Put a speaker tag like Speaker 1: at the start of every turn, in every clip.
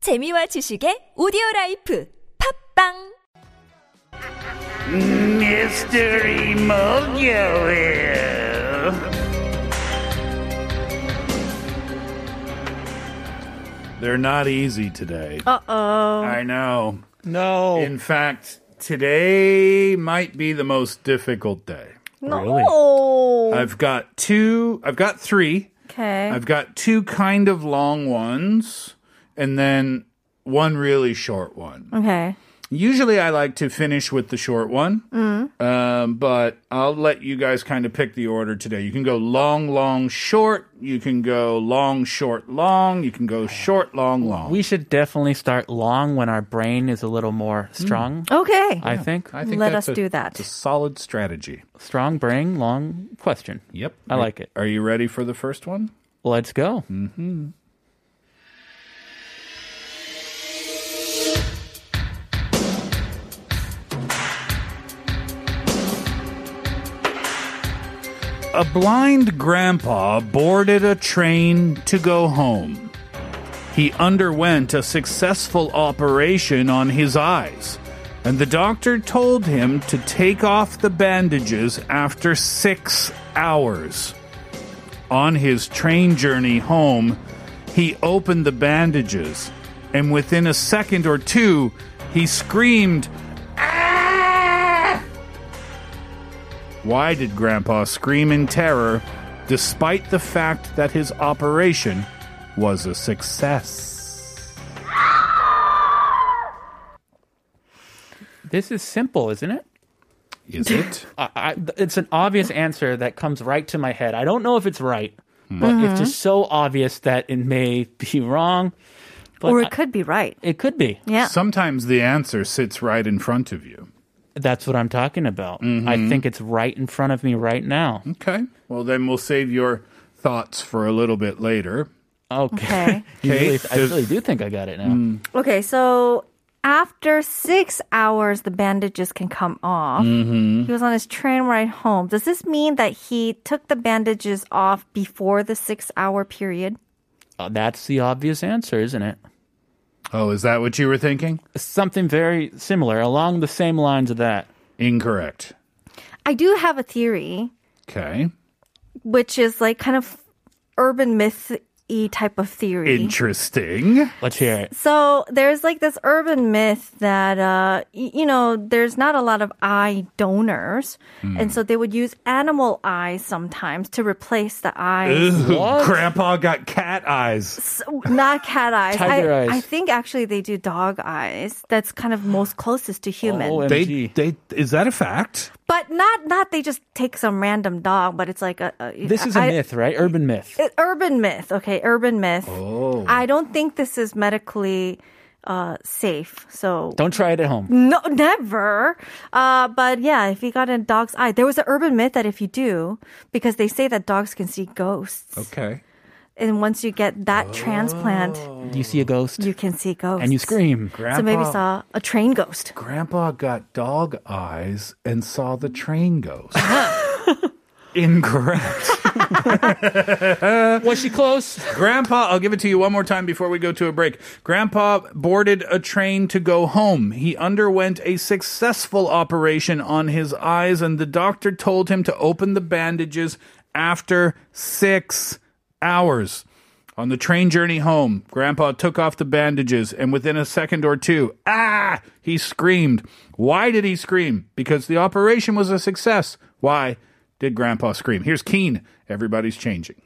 Speaker 1: 재미와 지식의 오디오 라이프 팝빵
Speaker 2: Mystery Mojo here. They're not easy today. Uh oh. I know.
Speaker 3: No.
Speaker 2: In fact, today might be the most difficult day.
Speaker 4: No.
Speaker 2: I've got two, I've got three.
Speaker 4: Okay.
Speaker 2: I've got two kind of long ones and then one really short one.
Speaker 4: okay.
Speaker 2: Usually, I like to finish with the short one, um, but I'll let you guys kind of pick the order today. You can go long, long, short. You can go long, short, long. You can go short, long, long.
Speaker 3: We should definitely start long when our brain is a little more strong.
Speaker 4: Okay.
Speaker 3: I think
Speaker 2: I think
Speaker 4: Let
Speaker 2: that's
Speaker 4: us
Speaker 2: a-
Speaker 4: do that.
Speaker 2: It's a solid strategy.
Speaker 3: strong brain, long question.
Speaker 2: Yep,
Speaker 3: I like it.
Speaker 2: Are you ready for the first one?
Speaker 3: Let's go.
Speaker 2: A blind grandpa boarded a train to go home. He underwent a successful operation on his eyes, and the doctor told him to take off the bandages after six hours. On his train journey home, he opened the bandages, and within a second or two, he screamed, Why did Grandpa scream in terror despite the fact that his operation was a success?
Speaker 3: This is simple, isn't it?
Speaker 2: Is it?
Speaker 3: I, I, it's an obvious answer that comes right to my head. I don't know if it's right, but it's just so obvious that it may be wrong. But
Speaker 4: or
Speaker 3: I-
Speaker 4: it could be right.
Speaker 3: it could be.
Speaker 4: Yeah.
Speaker 2: Sometimes the answer sits right in front of you.
Speaker 3: That's what I'm talking about. I think it's right in front of me right now.
Speaker 2: Okay. Well, then we'll save your thoughts for a little bit later.
Speaker 3: Okay.
Speaker 4: Okay.
Speaker 3: You
Speaker 2: Okay,
Speaker 3: really- I
Speaker 2: does-
Speaker 3: really do think I got it now.
Speaker 4: Okay. So after six hours, the bandages can come off. He was on his train ride home. Does this mean that he took the bandages off before the six hour period?
Speaker 3: Uh, that's the obvious answer, isn't it?
Speaker 2: Oh, is that what you were thinking?
Speaker 3: something very similar along the same lines of that.
Speaker 2: Incorrect.
Speaker 4: I do have a theory,
Speaker 2: Okay.
Speaker 4: which is like kind of urban myth y type of theory.
Speaker 2: Interesting.
Speaker 3: Let's hear it.
Speaker 4: So there's like this urban myth that uh, y- you know there's not a lot of eye donors,
Speaker 3: Hmm.
Speaker 4: and so they would use animal eyes sometimes to replace the eyes,
Speaker 2: Ooh,
Speaker 3: What?
Speaker 2: Grandpa got cat eyes.
Speaker 4: So, not cat eyes.
Speaker 3: Tiger
Speaker 4: I,
Speaker 3: eyes.
Speaker 4: I think actually they do dog eyes. That's kind of most closest to human,
Speaker 2: They,
Speaker 3: OMG.
Speaker 2: they, is that a fact?
Speaker 4: but not not they just take some random dog, but it's like a, a
Speaker 3: this is a
Speaker 4: I-
Speaker 3: myth, right? Urban myth.
Speaker 4: it- urban myth. Okay, urban myth. Oh. I don't think this is medically uh, safe. So
Speaker 3: Don't try it at home.
Speaker 4: No, never. Uh, but yeah, if you got a dog's eye, there was an urban myth that if you do, because they say that dogs can see ghosts,
Speaker 2: Okay.
Speaker 4: and once you get that transplant,
Speaker 3: You see a ghost
Speaker 4: Mm. you can see ghosts.
Speaker 3: and you scream.
Speaker 2: Grandpa,
Speaker 4: So maybe saw a train ghost.
Speaker 2: Grandpa got dog eyes and saw the train ghost. Incorrect.
Speaker 3: Was she close?
Speaker 2: Grandpa, I'll give it to you one more time before we go to a break. Grandpa boarded a train to go home. He underwent a successful operation on his eyes, and the doctor told him to open the bandages after six hours. On the train journey home, Grandpa took off the bandages, and within a second or two, ah, he screamed. Why did he scream? Because the operation was a success. Why did Grandpa scream? Here's Keen. Everybody's changing.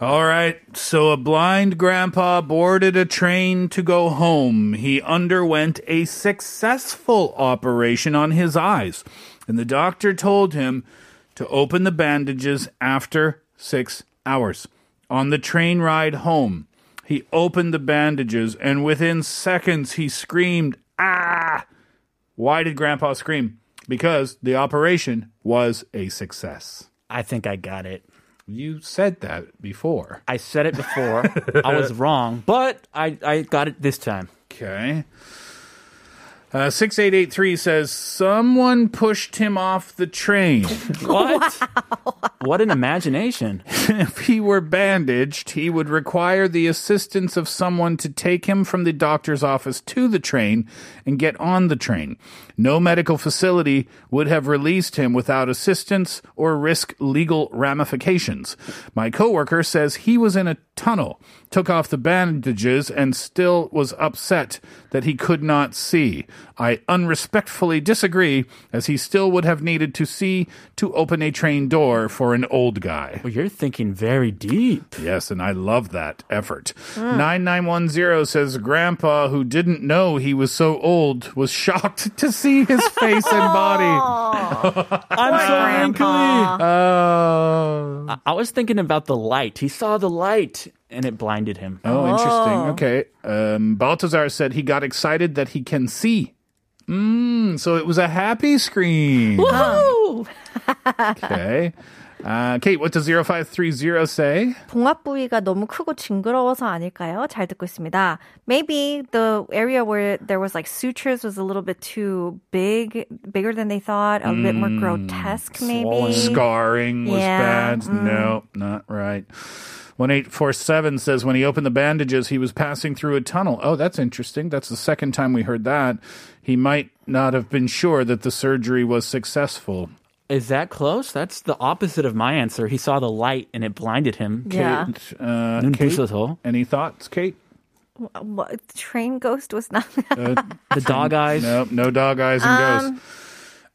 Speaker 2: All right. So a blind grandpa boarded a train to go home. He underwent a successful operation on his eyes, and the doctor told him to open the bandages after six hours. On the train ride home, he opened the bandages, and within seconds, he screamed, Ah! Why did grandpa scream? Because the operation was a success.
Speaker 3: I think I got it.
Speaker 2: You said that before.
Speaker 3: I said it before. I was wrong, but I, I got it this time.
Speaker 2: Okay. Uh, 6883 says, Someone pushed him off the train.
Speaker 3: What? What an imagination.
Speaker 2: if he were bandaged, he would require the assistance of someone to take him from the doctor's office to the train and get on the train. No medical facility would have released him without assistance or risk legal ramifications. My coworker says he was in a tunnel, took off the bandages, and still was upset that he could not see. I unrespectfully disagree, as he still would have needed to see to open a train door for an old guy.
Speaker 3: Well, you're thinking very deep.
Speaker 2: Yes, and I love that effort. 9910 says Grandpa, who didn't know he was so old, was shocked to see his face and body.
Speaker 3: I'm so
Speaker 4: Grandpa.
Speaker 2: Oh.
Speaker 3: I-, I was thinking about the light. He saw the light and it blinded him.
Speaker 2: Oh, interesting. Okay. Um, Baltazar said he got excited that he can see. Mm, so it was a happy screen.
Speaker 3: Woo!
Speaker 2: Okay. Uh, Kate, what does 0530 say?
Speaker 4: 봉합 부위가 너무 크고 징그러워서 아닐까요? 잘 듣고 있습니다. Maybe the area where there was like sutures was a little bit too big, bigger than they thought, a bit
Speaker 3: Mm.
Speaker 4: more grotesque maybe.
Speaker 2: Scarring was
Speaker 4: Yeah,
Speaker 2: bad. No, not right. 1847 says when he opened the bandages, he was passing through a tunnel. Oh, that's interesting. That's the second time we heard that. He might not have been sure that the surgery was successful.
Speaker 3: Is that close? That's the opposite of my answer. He saw the light and it blinded him.
Speaker 4: Yeah.
Speaker 2: Uh,
Speaker 3: 눈
Speaker 2: Kate,
Speaker 3: 부셔서.
Speaker 2: any thoughts, Kate?
Speaker 4: What, train ghost was not.
Speaker 3: The dog eyes.
Speaker 2: Nope, no dog eyes and ghosts.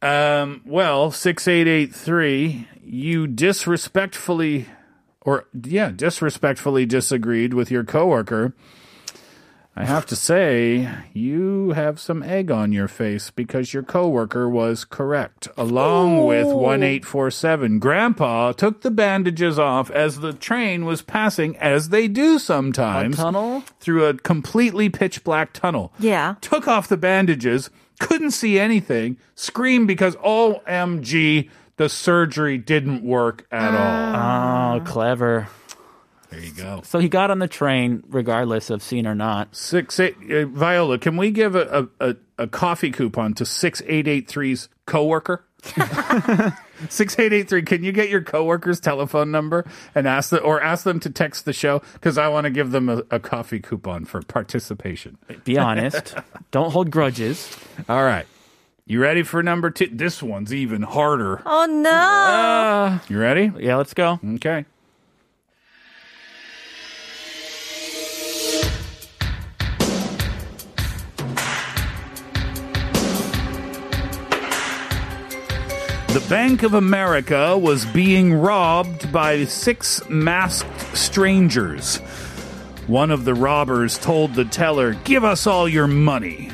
Speaker 2: Um, well, 6883, you disrespectfully, or yeah, disrespectfully disagreed with your coworker. I have to say, you have some egg on your face because your coworker was correct. Along with 1847, Grandpa took the bandages off as the train was passing, as they do
Speaker 3: A
Speaker 2: sometimes,
Speaker 3: tunnel?
Speaker 2: through a completely pitch black tunnel
Speaker 4: yeah.
Speaker 2: took off the bandages, couldn't see anything, screamed because OMG, the surgery didn't work at all. Uh,
Speaker 3: Oh, clever.
Speaker 2: There you go.
Speaker 3: So he got on the train regardless of seen or not.
Speaker 2: Six eight uh, Viola, can we give a, a, a, a coffee coupon to 6883's coworker? 6883 can you get your coworker's telephone number and ask the, or ask them to text the show because i want to give them a, a coffee coupon for participation
Speaker 3: Be honest. Don't hold grudges.
Speaker 2: all right you ready for number two this one's even harder
Speaker 4: Oh no.
Speaker 3: uh,
Speaker 2: you ready
Speaker 3: Yeah, let's go.
Speaker 2: Okay. The Bank of America was being robbed by six masked strangers. One of the robbers told the teller, Give us all your money.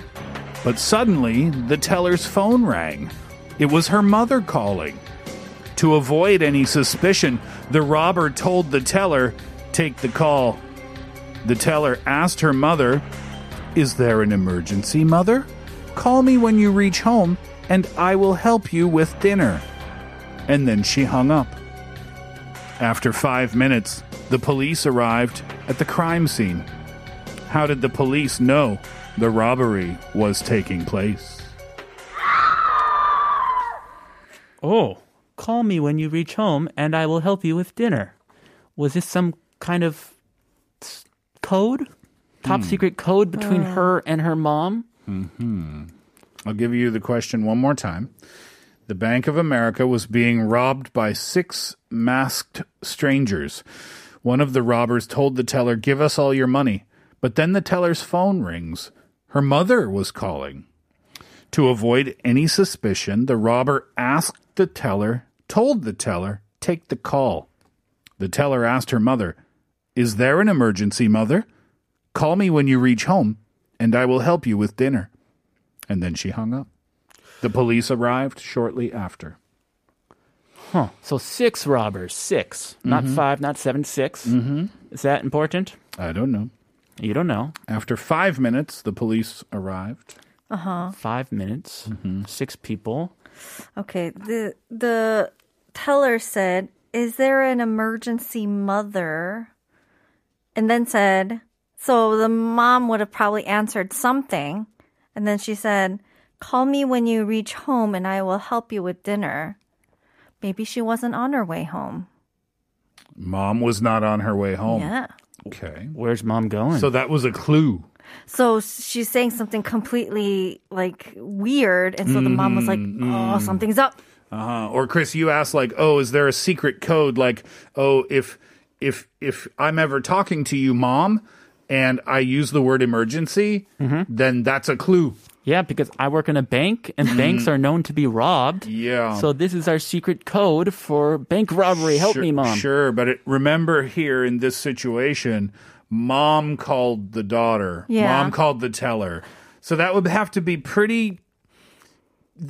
Speaker 2: But suddenly, the teller's phone rang. It was her mother calling. To avoid any suspicion, the robber told the teller, Take the call. The teller asked her mother, Is there an emergency, mother? Call me when you reach home, and I will help you with dinner. And then she hung up. After five minutes, the police arrived at the crime scene. How did the police know the robbery was taking place?
Speaker 3: Oh, call me when you reach home and I will help you with dinner. Was this some kind of s- code? Top secret code between her and her mom?
Speaker 2: I'll give you the question one more time. The Bank of America was being robbed by six masked strangers. One of the robbers told the teller, Give us all your money. But then the teller's phone rings. Her mother was calling. To avoid any suspicion, the robber asked the teller, told the teller, Take the call. The teller asked her mother, Is there an emergency, mother? Call me when you reach home, and I will help you with dinner. And then she hung up. The police arrived shortly after.
Speaker 3: Huh. So six robbers. 6 Not five, not seven, Mm-hmm. Is that important?
Speaker 2: I don't know.
Speaker 3: You don't know.
Speaker 2: After five minutes, the police arrived.
Speaker 3: Five minutes, six people.
Speaker 4: Okay. The the teller said, "Is there an emergency, mother?" And then said, So the mom would have probably answered something. And then she said, Call me when you reach home and I will help you with dinner. Maybe she wasn't on her way home.
Speaker 2: Mom was not on her way home.
Speaker 4: Yeah.
Speaker 2: Okay.
Speaker 3: Where's mom going?
Speaker 2: So that was a clue.
Speaker 4: So she's saying something completely like weird. And so the mom was like,
Speaker 3: Mm-hmm.
Speaker 4: Oh, something's up.
Speaker 2: Uh-huh. Or Chris, you asked like, "Oh, is there a secret code like, oh, if if if I'm ever talking to you, mom, and I use the word emergency, then that's a clue."
Speaker 3: yeah, because I work in a bank and banks are known to be robbed.
Speaker 2: Mm-hmm. Yeah.
Speaker 3: So this is our secret code for bank robbery. Help
Speaker 2: sure,
Speaker 3: me, mom.
Speaker 2: Sure, but it, remember here in this situation, mom called the daughter.
Speaker 4: Yeah.
Speaker 2: Mom called the teller. So that would have to be pretty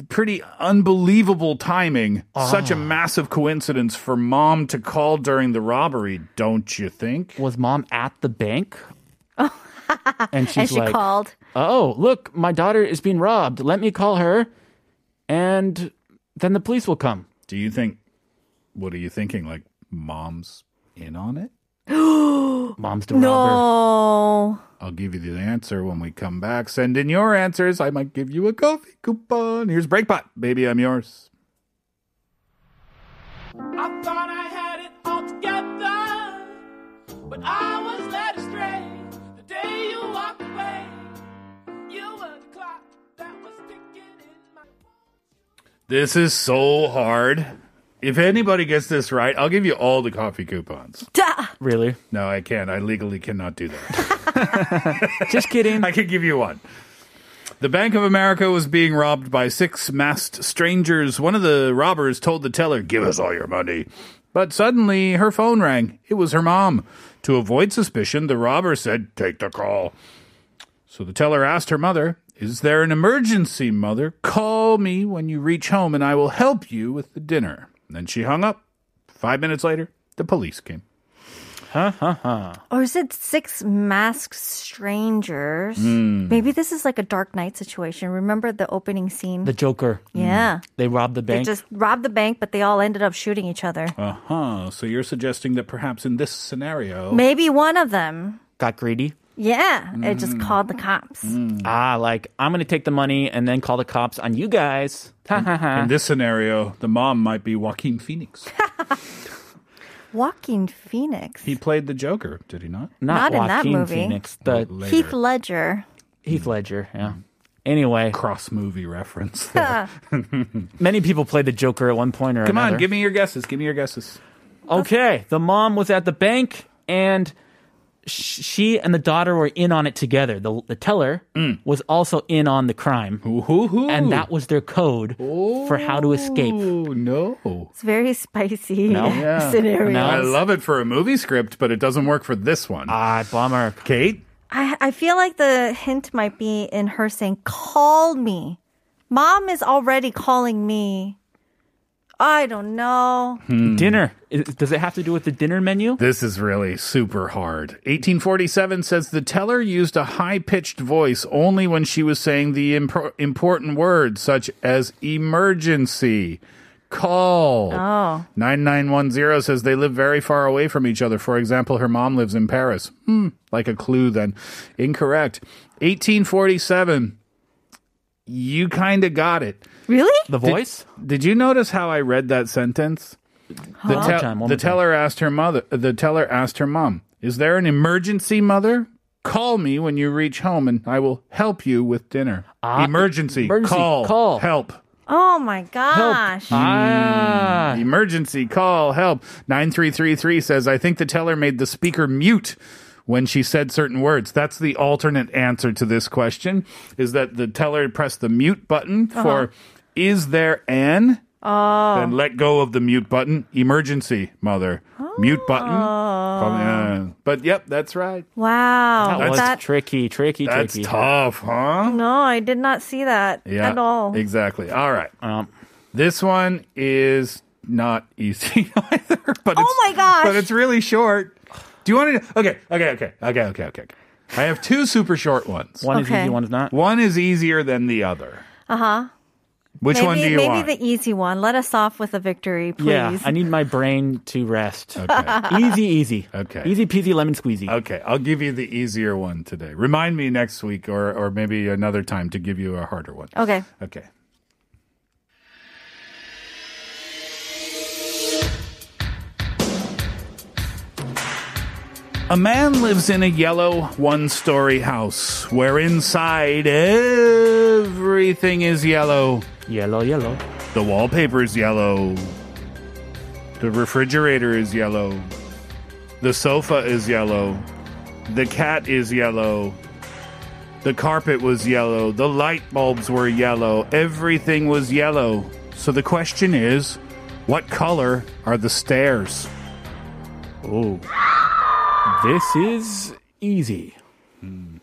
Speaker 2: pretty unbelievable timing.
Speaker 3: Ah.
Speaker 2: Such a massive coincidence for mom to call during the robbery, don't you think?
Speaker 3: Was mom at the bank? and
Speaker 4: Oh. and
Speaker 3: she's
Speaker 4: she
Speaker 3: like,
Speaker 4: called.
Speaker 3: "Oh, look, my daughter is being robbed. Let me call her, and then the police will come."
Speaker 2: Do you think what are you thinking like mom's in on it?
Speaker 3: Mom's the robber.
Speaker 4: No.
Speaker 2: I'll give you the answer when we come back. Send in your answers. I might give you a coffee coupon. Here's Breakpot. Baby, I'm yours.
Speaker 5: I thought I had it all together, but I was led astray the day you walked away. You were the clock that was ticking in my.
Speaker 2: This is so hard. If anybody gets this right, I'll give you all the coffee coupons.
Speaker 4: Duh.
Speaker 3: Really?
Speaker 2: No, I can't. I legally cannot do that.
Speaker 3: Just kidding.
Speaker 2: I could give you one. The Bank of America was being robbed by six masked strangers. One of the robbers told the teller, Give us all your money. But suddenly her phone rang. It was her mom. To avoid suspicion, the robber said, Take the call. So the teller asked her mother, Is there an emergency, mother? Call me when you reach home and I will help you with the dinner. And then she hung up. Five minutes later, the police came.
Speaker 4: Or is it six masked strangers? Maybe this is like a Dark Knight situation. Remember the opening scene?
Speaker 3: the Joker.
Speaker 4: yeah.
Speaker 3: They robbed the
Speaker 4: They
Speaker 3: bank.
Speaker 4: just robbed the bank, but they all ended up shooting each other.
Speaker 2: Uh huh. So you're suggesting that perhaps in this scenario.
Speaker 4: Maybe one of them.
Speaker 3: Got greedy.
Speaker 4: Yeah. It just called the cops.
Speaker 2: Mm.
Speaker 3: Ah, like I'm gonna take the money and then call the cops on you guys. Ha ha ha.
Speaker 2: In this scenario, the mom might be Joaquin Phoenix.
Speaker 4: Walking Phoenix.
Speaker 2: He played the Joker, did he not?
Speaker 4: Not in that
Speaker 3: Joaquin
Speaker 4: movie.
Speaker 3: Phoenix, the
Speaker 2: Later.
Speaker 4: Heath Ledger.
Speaker 3: Heath Ledger. Yeah. Hmm. Anyway,
Speaker 2: Cross movie reference. There.
Speaker 3: many people played the Joker at one point or
Speaker 2: Come
Speaker 3: another.
Speaker 2: on, give me your guesses. Give me your guesses.
Speaker 3: Okay, the mom was at the bank and sh- she and the daughter were in on it together. The, the teller
Speaker 2: Hmm.
Speaker 3: was also in on the crime.
Speaker 2: Woohoo!
Speaker 3: And that was their code for how to escape.
Speaker 2: Oh no!
Speaker 4: It's very spicy
Speaker 2: Oh, Yeah.
Speaker 4: scenario.
Speaker 2: I
Speaker 3: No.
Speaker 2: love it for a movie script, but it doesn't work for this one.
Speaker 3: Ah, bummer.
Speaker 2: Kate,
Speaker 4: I, I feel like the hint might be in her saying, Call me. Mom is already calling me. I don't know.
Speaker 2: Hmm.
Speaker 3: Dinner. Is- does it have to do with the dinner menu?
Speaker 2: This is really super hard. 1847 says the teller used a high pitched voice only when she was saying the impor important words such as emergency, call.
Speaker 4: Oh.
Speaker 2: 9910 says they live very far away from each other. For example, her mom lives in Paris. Hmm, like a clue then. Incorrect. 1847. You kind of got it.
Speaker 4: Really?
Speaker 3: The voice?
Speaker 2: Did you notice how I read that sentence? The,
Speaker 3: One more time, one
Speaker 2: the
Speaker 3: more time.
Speaker 2: teller asked her mother. The teller asked her mom, "Is there an emergency, mother? Call me when you reach home, and I will help you with dinner. emergency,
Speaker 3: Ah, emergency,
Speaker 2: call,
Speaker 3: call.
Speaker 2: help.
Speaker 4: Oh my
Speaker 3: Help.
Speaker 4: gosh.
Speaker 3: Ah.
Speaker 2: Emergency, call, help." Nine three three three says, "I think the teller made the speaker mute." When she said certain words, that's the alternate answer to this question is that the teller pressed the mute button for is there an Then let go of the mute button. Emergency, mother. Mute button. Probably, uh, but yep, that's right.
Speaker 4: Wow.
Speaker 3: That was
Speaker 4: That-
Speaker 3: tricky, tricky,
Speaker 2: That's
Speaker 3: tricky.
Speaker 2: tough, huh?
Speaker 4: no, I did not see that at all.
Speaker 2: Exactly. All right.
Speaker 3: Um,
Speaker 2: This one is not easy either. But
Speaker 4: Oh
Speaker 2: it's,
Speaker 4: my gosh.
Speaker 2: But it's really short. Do you want to? Okay. Okay. Okay. Okay. Okay. Okay. okay. I have two super short ones.
Speaker 3: one is
Speaker 4: Okay.
Speaker 3: easy, one is not.
Speaker 2: One is easier than the other.
Speaker 4: Uh huh.
Speaker 2: Which one do you
Speaker 4: maybe
Speaker 2: want?
Speaker 4: the e- easy one. Let us off with a victory, please.
Speaker 3: Yeah, I need my brain to rest.
Speaker 2: okay.
Speaker 3: Easy, easy.
Speaker 2: Okay.
Speaker 3: Easy peasy lemon squeezy.
Speaker 2: Okay, I'll give you the easier one today. Remind me next week or, or maybe another time to give you a harder one.
Speaker 4: okay.
Speaker 2: Okay. A man lives in a yellow one story house where inside everything is yellow.
Speaker 3: Yellow, yellow.
Speaker 2: The wallpaper is yellow. The refrigerator is yellow. The sofa is yellow. The cat is yellow. The carpet was yellow. The light bulbs were yellow. Everything was yellow. So the question is what color are the stairs?
Speaker 3: Oh. This is easy. Hmm.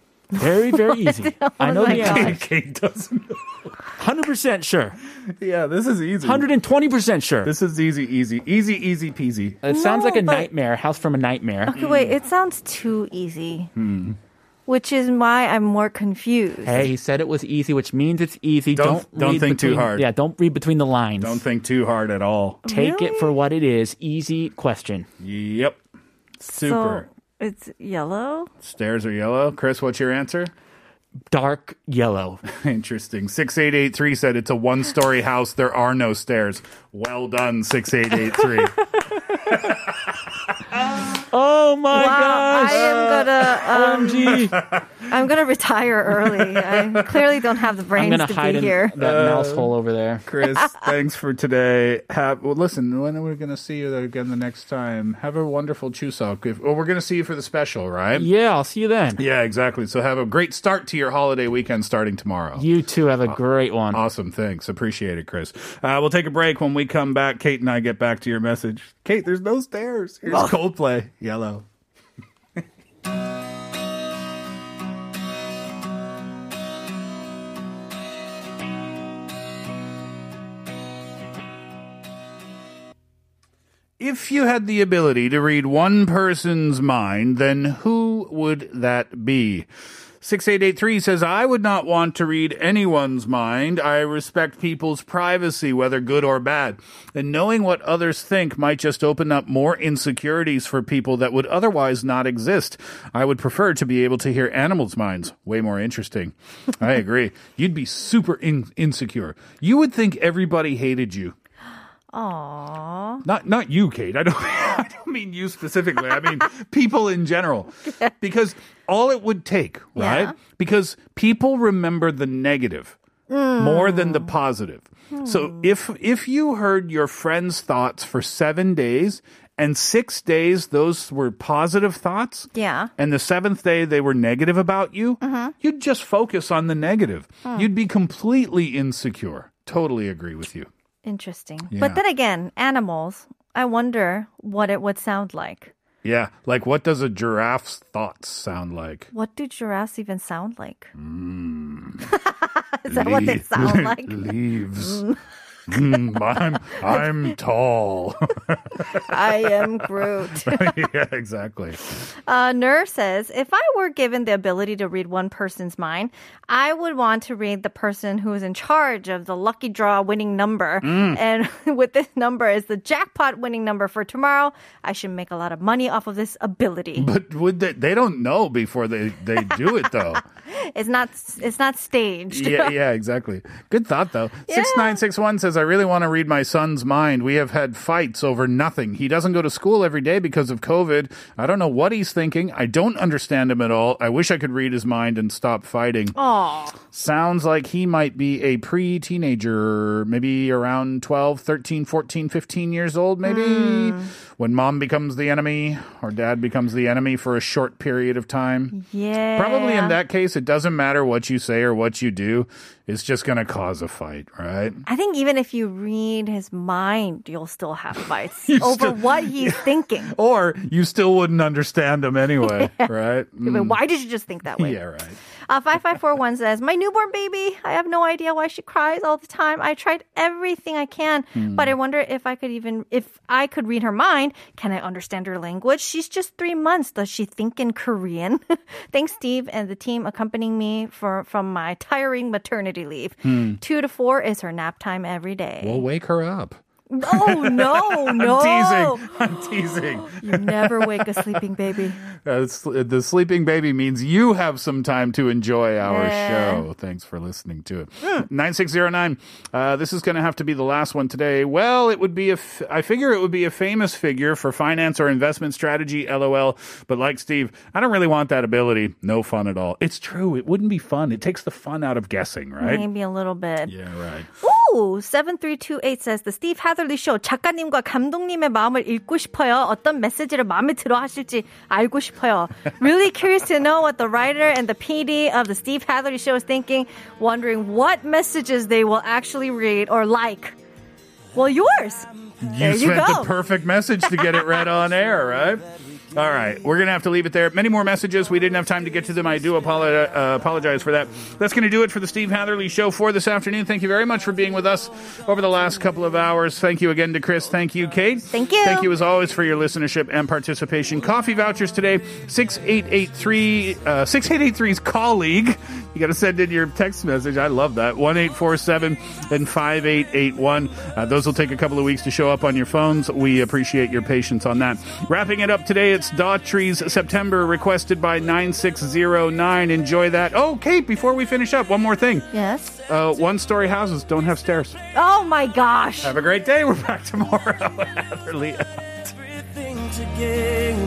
Speaker 3: Very, very easy. I know
Speaker 4: my
Speaker 3: the
Speaker 4: God.
Speaker 3: answer.
Speaker 2: Kate doesn't.
Speaker 3: 100% sure.
Speaker 2: Yeah, this is easy.
Speaker 3: 120% sure.
Speaker 2: This is easy, easy, easy, easy peasy.
Speaker 3: it sounds like a
Speaker 4: No, but-
Speaker 3: nightmare. House from a nightmare.
Speaker 4: Okay, wait, it sounds too easy. Which is why I'm more confused.
Speaker 3: Hey, he said it was easy, which means it's easy.
Speaker 2: Don't-
Speaker 3: Don't
Speaker 2: don't
Speaker 3: read
Speaker 2: think too
Speaker 3: between-
Speaker 2: hard.
Speaker 3: Yeah, don't read between the lines.
Speaker 2: Don't think too hard at all.
Speaker 3: Take it for what it is. Easy question.
Speaker 2: Yep. Super.
Speaker 4: So it's yellow?
Speaker 2: Stairs are yellow. Chris, what's your answer?
Speaker 3: Dark yellow.
Speaker 2: Interesting. 6883 said it's a one story house. There are no stairs. Well done, 6883.
Speaker 3: Oh my Uh, oh
Speaker 4: Wow, I am gonna um,
Speaker 3: gosh. OMG.
Speaker 4: I'm gonna retire early. I clearly don't have the
Speaker 3: I'm
Speaker 4: brains
Speaker 3: gonna
Speaker 4: to
Speaker 3: hide
Speaker 4: be
Speaker 3: in
Speaker 4: here.
Speaker 3: that mouse hole over there.
Speaker 2: Chris, thanks for today. Have, well, listen, when are we going to see you again the next time? Have a wonderful Chuseok. If- Well, we're going to see you for the special, right?
Speaker 3: Yeah, I'll see you then.
Speaker 2: Yeah, exactly. So have a great start to your holiday weekend starting tomorrow.
Speaker 3: You too have a great one.
Speaker 2: Awesome. Thanks. Appreciate it, Chris. Uh, we'll take a break. When we come back, Kate and I get back to your message. Kate, there's no stairs. Here's Coldplay. Yellow. If you had the ability to read one person's mind, then who would that be? 6883 says, I would not want to read anyone's mind. I respect people's privacy, whether good or bad. And knowing what others think might just open up more insecurities for people that would otherwise not exist. I would prefer to be able to hear animals' minds. Way more interesting. I agree. You'd be super in- insecure. You would think everybody hated you.
Speaker 4: Aww.
Speaker 2: Not not you, Kate. I don't I don't mean you specifically. I mean people in general. Because all it would take, right?
Speaker 4: Yeah.
Speaker 2: Because people remember the negative
Speaker 4: Hmm.
Speaker 2: more than the positive. So if if you heard your friend's thoughts for 7 days and 6 days those were positive thoughts,
Speaker 4: Yeah. Mm-hmm.
Speaker 2: and the seventh day they were negative about you, you'd just focus on the negative.
Speaker 4: Hmm.
Speaker 2: You'd be completely insecure. Totally agree with you.
Speaker 4: Interesting.
Speaker 2: Yeah.
Speaker 4: But then again, animals. I wonder what it would sound like.
Speaker 2: Yeah, like what does a giraffe's thoughts sound like?
Speaker 4: What do giraffes even sound like? Is that what they sound like?
Speaker 2: Leaves. Mm, I'm I'm tall.
Speaker 4: I am Groot.
Speaker 2: yeah, exactly.
Speaker 4: Uh, Nur says, if I were given the ability to read one person's mind, I would want to read the person who is in charge of the lucky draw winning number.
Speaker 2: Mm.
Speaker 4: And with this number is the jackpot winning number for tomorrow. I should make a lot of money off of this ability.
Speaker 2: But would they? They don't know before they they do it though.
Speaker 4: It's not. It's not staged.
Speaker 2: yeah, yeah, exactly. Good thought though. Six nine six one says, "I really want to read my son's mind. We have had fights over nothing. He doesn't go to school every day because of COVID. I don't know what he's thinking. I don't understand him at all. I wish I could read his mind and stop fighting."
Speaker 4: Aw.
Speaker 2: sounds like he might be a pre-teenager maybe around 12 13 14 15 years old maybe when mom becomes the enemy or dad becomes the enemy for a short period of time
Speaker 4: Yeah.
Speaker 2: probably in that case it doesn't matter what you say or what you do it's just going to cause a fight right
Speaker 4: I think even if you read his mind, you'll still have fights
Speaker 2: You still-
Speaker 4: over
Speaker 2: Oh.
Speaker 4: what he's thinking.
Speaker 2: or you still wouldn't understand them anyway right Mm.
Speaker 4: I mean, why did you just think that way?
Speaker 2: yeah right
Speaker 4: Uh, 5541 says, My newborn baby, I have no idea why she cries all the time. I tried everything I can, but I wonder if I could even, if I could read her mind. Can I understand her language? She's just three months. Does she think in Korean? Thanks, Steve, and the team accompanying me for, from my tiring maternity leave. Two to four is her nap time every day.
Speaker 6: We'll wake her up.
Speaker 4: Oh, no, no. Oh.
Speaker 2: Teasing. I'm teasing.
Speaker 4: You never wake a sleeping baby.
Speaker 2: Uh, s- the sleeping baby means you have some time to enjoy our
Speaker 4: Yeah.
Speaker 2: show. Thanks for listening to it. 9609. Uh, this is going to have to be the last one today. Well, it would be a, f- I figure it would be a famous figure for finance or investment strategy, lol. But like Steve, I don't really want that ability. No fun at all. It's true. It wouldn't be fun. It takes the fun out of guessing, right?
Speaker 4: Maybe a little bit.
Speaker 2: Yeah, right.
Speaker 4: Ooh, 7328 says the Steve Hatherley Show 작가님과 감독님의 마음을 읽고 싶어요. 어떤 메시지를 마음에 들어 하실지 알고 싶어요. Really curious to know what the writer and the PD of the Steve Hatherley Show is thinking, wondering what messages they will actually read or like. Well, yours.
Speaker 2: You
Speaker 4: There you
Speaker 2: spent
Speaker 4: go.
Speaker 2: the perfect message to get it read on air, right? All right, we're going to have to leave it there. Many more messages. We didn't have time to get to them. I do apolo- uh, apologize for that. That's going to do it for the Steve Hatherley Show for this afternoon. Thank you very much for being with us over the last couple of hours. Thank you again to Chris. Thank you, Kate.
Speaker 4: Thank you.
Speaker 2: Thank you, as always, for your listenership and participation. Coffee vouchers today, 6883, uh, 6883's colleague. You got to send in your text message. I love that. 1847 and 5881. Uh, those will take a couple of weeks to show up on your phones. We appreciate your patience on that. Wrapping it up today, it's Daughtry's September requested by 9609. Enjoy that. Oh, Kate, before we finish up, one more thing.
Speaker 4: Yes.
Speaker 2: Uh, one story houses don't have stairs.
Speaker 4: Oh my gosh.
Speaker 2: Have a great day. We're back tomorrow. Hatherley out.
Speaker 5: everything to gain.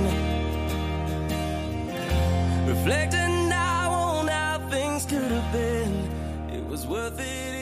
Speaker 5: Reflecting now on how things could have been, it was worth it.